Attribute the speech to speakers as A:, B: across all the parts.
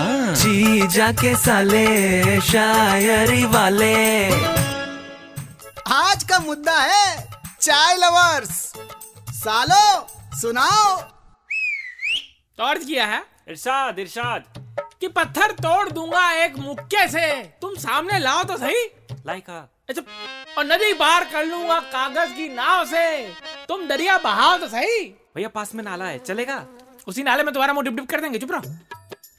A: जी जाके साले शायरी वाले
B: आज का मुद्दा है चाय लवर्स सालो सुनाओ
C: तोड़ दिया है इरशाद इरशाद कि पत्थर तोड़ दूंगा एक मुक्के से तुम सामने लाओ तो सही
A: लाइका
C: अच्छा और नदी पार कर लूंगा कागज की नाव से तुम दरिया बहाओ तो सही
A: भैया पास में नाला है चलेगा
C: उसी नाले में तुम्हारा मुंह डिप डिप कर देंगे चुप रहो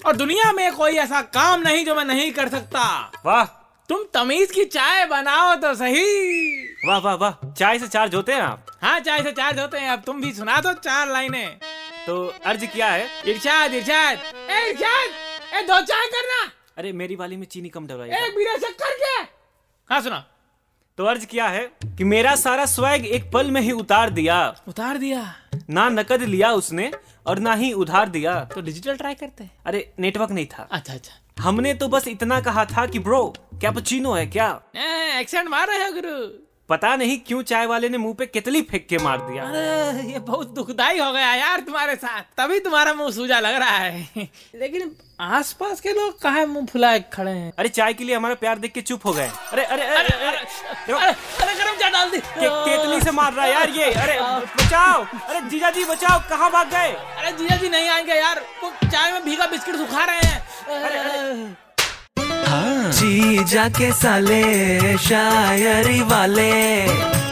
C: और दुनिया में कोई ऐसा काम नहीं जो मैं नहीं कर सकता
A: वाह
C: तुम तमीज की चाय बनाओ तो सही
A: वाह वाह वाह चाय से चार्ज होते हैं आप
C: हाँ चाय से चार्ज होते हैं अब तुम भी सुना दो चार लाइनें
A: तो अर्ज क्या है
C: इरशाद इरशाद ए इरशाद ए दो चाय करना
A: अरे मेरी वाली में चीनी कम डलवाइए
C: एक बिना शक्कर के हाँ सुना
A: तो अर्ज क्या है कि मेरा सारा स्वैग एक पल में ही उतार दिया
C: उतार दिया
A: ना नकद लिया उसने और ना ही उधार दिया
C: तो डिजिटल ट्राई करते हैं
A: अरे नेटवर्क नहीं था
C: अच्छा अच्छा
A: हमने तो बस इतना कहा था कि ब्रो कैपुचिनो है क्या
C: एक्सेंट मार रहे हो गुरु
A: पता नहीं क्यों चाय वाले ने मुंह पे केतली फेंक के मार दिया
C: अरे ये बहुत दुखदाई हो गया यार तुम्हारे साथ तभी तुम्हारा मुंह सूजा लग रहा है लेकिन आसपास के लोग कहा मुंह फुलाए खड़े हैं
A: अरे चाय के लिए हमारा प्यार देख के चुप हो गए अरे अरे अरे, अरे, अरे, देखो,
C: अरे अरे गरम चाय डाल दी
A: के, केतली से मार रहा है यार ये अरे बचाओ अरे जीजा जी बचाओ कहाँ भाग गए
C: अरे जीजा जी नहीं आएंगे यार वो चाय में भीगा बिस्किट सुखा रहे हैं
A: जी जाके साले शायरी वाले